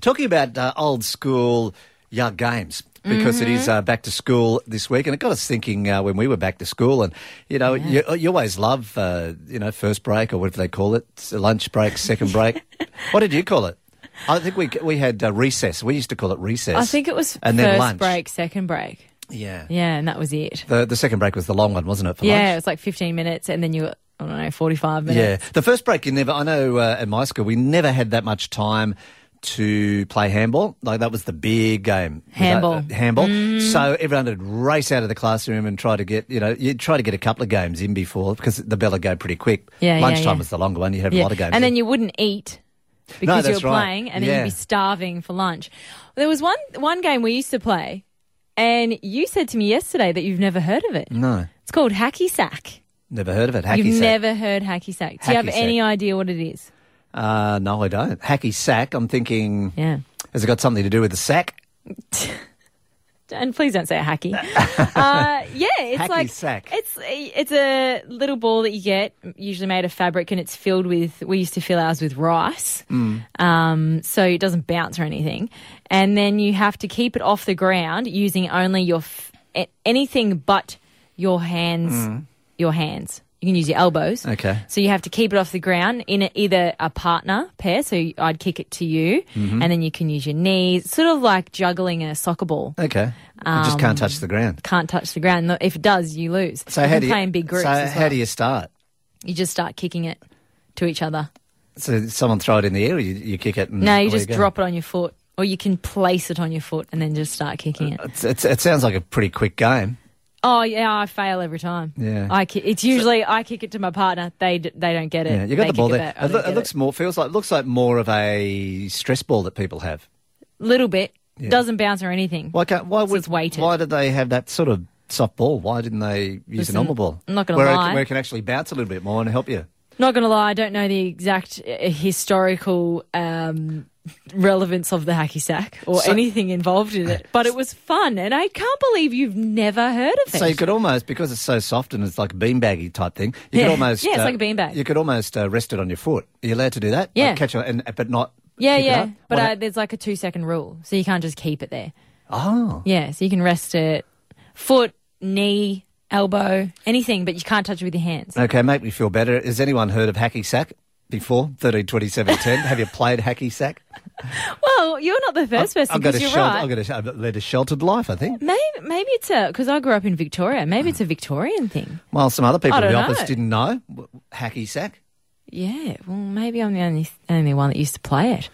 talking about uh, old school yard games. Because it Mm-hmm. is uh, back to school this week, and it got us thinking uh, when we were back to school. And you know, you, you always love uh, you know first break or whatever they call it, lunch break, second break. what did you call it? I think we we had uh, recess. We used to call it recess. I think it was and first then lunch. break, second break. Yeah, Yeah, and that was it. The the second break was the long one, wasn't it? For yeah, lunch? it was like 15 minutes, and then you were, I don't know, 45 Yeah, minutes. the first break you never. I know uh, at my school we never had that much time to play handball. Like that was the big game. Was that- Handball. Mm. uh, handball. So everyone would race out of the classroom and try to get you know you try to get a couple of games in before because the bell would go pretty quick. Yeah, yeah, lunchtime yeah. was the longer one. You would have a lot of games. And then in. you wouldn't eat because you that's were right. playing, and then Yeah. you'd be starving for lunch. There was one one game we used to play, and you said to me yesterday that you've never heard of it. no, It's called hacky sack. never heard of it. Hacky you've sack. never heard hacky sack. Do you have Hacky any sack. idea what it is? Uh, no, I don't. Hacky sack. I'm thinking. Yeah. Has it got something to do with the sack? and please don't say hacky. uh, yeah, it's Hacky like sack. it's it's a little ball that you get, usually made of fabric, and it's filled with. We used to fill ours with rice, Mm. um, so it doesn't bounce or anything. And then you have to keep it off the ground using only your f- a- anything but your hands. Your hands. You can use your elbows. Mm. Okay. So you have to keep it off the ground in a, either a partner pair. So I'd kick it to you, Mm-hmm. and then you can use your knees, sort of like juggling a soccer ball Okay. you just can't Um, touch the ground. can't touch the ground. If it does, you lose. So you how can do you play in big groups. So as how well. do you start? You just start kicking it to each other. So someone throw it in the air, or you, Mm, you kick it. And No, you away just go? drop it on your foot, or you can place it on your foot and then just start kicking it. It's, it's, it sounds like a pretty quick game. Oh yeah, I fail every time. Yeah. I ki- it's usually I kick it to my partner. They d- they don't get it. Yeah, you got They the ball kick there. It, It, loo- it looks more feels like looks like more of a stress ball that people have. a little bit. Doesn't bounce or anything. Why can't? Why So would? it's weighted. Why did they have that sort of soft ball? Why didn't they use Listen, a normal ball? I'm not gonna where It, lie. where it can actually bounce a little bit more and help you. Not going to lie, I don't know the exact uh, historical um, relevance of the hacky sack or So- anything involved in it, but it was fun, and I can't believe you've never heard of it. So you could almost because it's so soft and it's like a beanbaggy type thing. You Yeah. could almost uh, Yeah, it's like a beanbag. You could almost uh, rest it on your foot. Are you allowed to do that? Like Yeah. catch it and but not. yeah, pick it yeah, up? but What uh, there's like a two second rule, so you can't just keep it there. ha- oh, Yeah, so you can rest it, foot, knee, elbow, anything, but you can't touch it with your hands. okay. Make me feel better. Has anyone heard of hacky sack before? Thirteen twenty seven ten. Have you played hacky sack? Well, you're not the first person I've got a because you're shelter, right. I've got a, I've led a sheltered life, I think. Maybe, maybe it's a because I grew up in Victoria. Maybe Mm. it's a Victorian thing. While some other people I in the don't office know. didn't know, w- hacky sack. Yeah, well, maybe I'm the only only one that used to play it.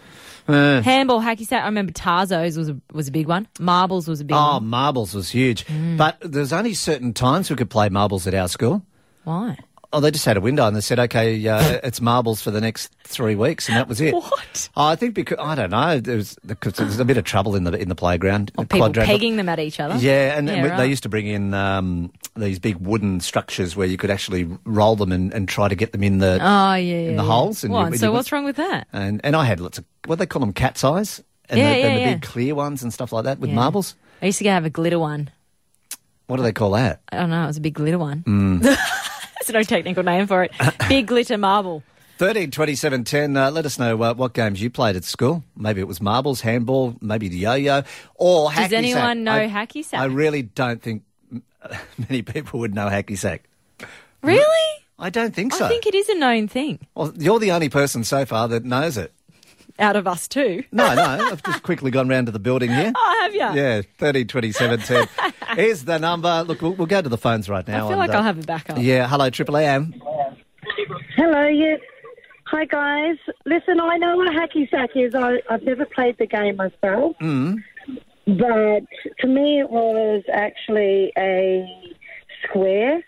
Uh. Handball, hacky sack. I remember Tarzos was a, was a big one. Marbles was a big Oh, one. marbles was huge, Hmm. but there's only certain times we could play marbles at our school. Why? Oh, they just had a window and they said, "Okay, uh, it's marbles for the next three weeks," and that was it. What? Oh, I think because I don't know. There was, because there was a bit of trouble in the in the playground. the Oh, People quadrangle. pegging them at each other. Yeah, and and Yeah, we- they right. used to bring in um, these big wooden structures where you could actually roll them and, and try to get them in the Oh yeah, yeah. in the yeah. holes. And Well, you- and you so would- what's wrong with that? and and I had lots of what they call them cat's eyes, and, Yeah, the, and yeah, the yeah. big clear ones and stuff like that with Yeah. marbles. I used to have a glitter one. What do they call that? I don't know. It was a big glitter one. Mm. There's no technical name for it. big glitter marble. Thirteen twenty seven ten. Uh, let us know uh, what games you played at school. Maybe it was marbles, handball, maybe the yo-yo, or hacky Does anyone sack. know I, hacky sack? I really don't think many people would know hacky sack. really? I don't think so. I think it is a known thing. Well, you're the only person so far that knows it. Out of us too. No, no. I've just quickly gone round to the building here. Oh, have you? Yeah, 30 20 17 is the number. Look, we'll, we'll go to the phones right I now. feel and, like uh, I'll have a backup. Yeah, hello, Triple AM. Hello, yes. Hi, guys. Listen, I know what hacky sack is. I, I've never played the game myself. Mm. But to me, it was actually a square.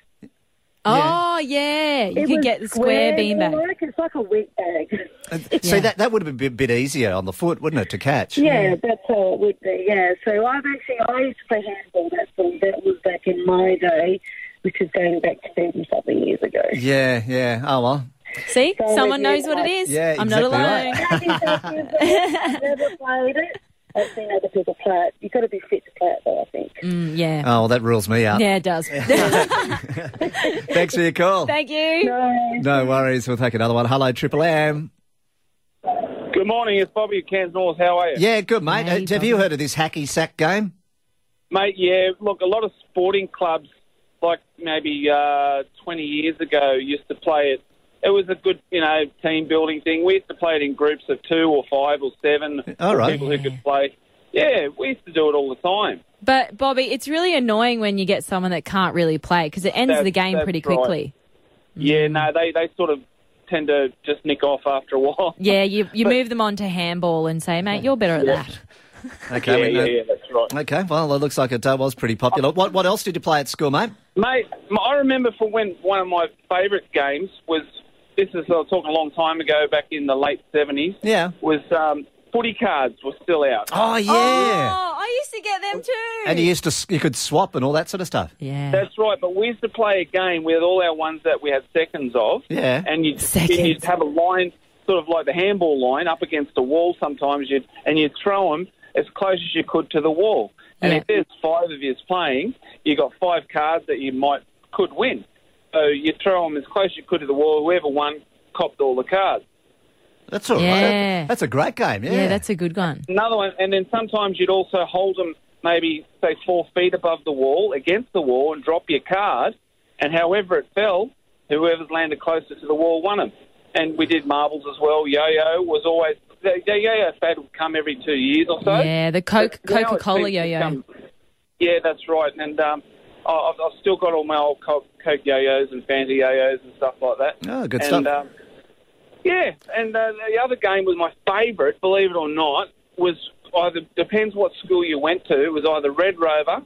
Oh yeah, you It could was get the square beanbag. Like, it's like a wheat bag. Uh, See, Yeah. that, that would have been a bit easier on the foot, wouldn't it, to catch? Yeah, that's how it would be. Yeah, so I've actually I used to play handball. That's all. That was back in my day, which is going back to thirty something years ago. Yeah, yeah. Oh, well. See, So someone it knows is what it like- is. Yeah, I'm not exactly alone. right. Hacky sack is- I've never played it. I've seen other people play it. You've got to be fit to play it, though. I think. Mm, yeah, Oh, well, that rules me out. yeah, it does. Thanks for your call. Thank you. No. No worries. We'll take another one. Hello, Triple M. Good Good morning, it's Bobby at Cairns North. How are you? Yeah, good, mate. Hey, Uh, Have you Bobby. heard of this hacky sack game? Mate, yeah, look, a lot of sporting clubs, like maybe uh, 20 years ago, used to play it. It was a good, you know, team building thing. We used to play it in groups of two or five or seven. All right. People who could play. Yeah, we used to do it all the time. But Bobby, it's really annoying when you get someone that can't really play because it ends That's- the game that's pretty right. quickly. Mm. Yeah, no, they, they sort of tend to just nick off after a while. Yeah, you you move them on to handball and say, mate, you're better at that. Okay, Yeah, we yeah, know- yeah, that's right. Okay, well, it looks like it uh, was pretty popular. What what else did you play at school, mate? Mate, m- I remember from when one of my favourite games was this is I was talking a long time ago, back in the late seventies. Yeah. was um, footy cards were still out. Oh yeah, Oh, I used to get them too. and you used to s- you could swap and all that sort of stuff. yeah. That's right, but we used to play a game with all our ones that we had seconds of. Yeah. and you'd, and Seconds. you'd have a line, sort of like the handball line, up against the wall. Sometimes you'd and you'd throw them as close as you could to the wall. And Yeah. if there's five of you playing, you got five cards that you might could win. So you throw them as close as you could to the wall. Whoever won copped all the cards. That's all right. Yeah. That's a great game. Yeah, yeah, that's a good one. another one, and then sometimes you'd also hold them maybe say four feet above the wall, against the wall, and drop your card, and however it fell, whoever's landed closer to the wall won them. And we did marbles as well. Yo-yo was always the the yo-yo fad would come every two years or so. Yeah, the Coke, Now it's Coca-Cola been- yo-yo. become- Yeah, that's right. And um, I- I've, I've still got all my old Coke, Coke yo-yos and Fanta yo-yos and stuff like that. Oh, good and, stuff. Um, yeah, and uh, the other game was my favourite, believe it or not, was either, depends what school you went to, it was either Red Rover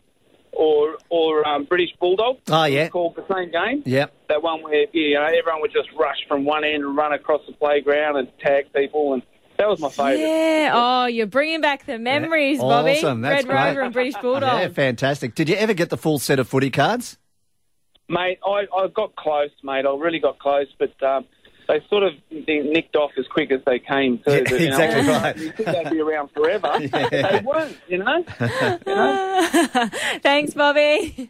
or, or um, British Bulldog. Oh, yeah. It was called the same game. Yep. That one where you know everyone would just rush from one end and run across the playground and tag people, and that was my favourite. Yeah. Oh, you're bringing back the memories, Bobby. Awesome, that's Red Rover great. and British Yeah, Bulldog. fantastic. Did you ever get the full set of footy cards? Mate, I, I got close, mate. I really got close, but um, they sort of they nicked off as quick as they came. Too, Yeah, But, you know, exactly right. You think they'd be around forever? They weren't, you know. Thanks, Bobby.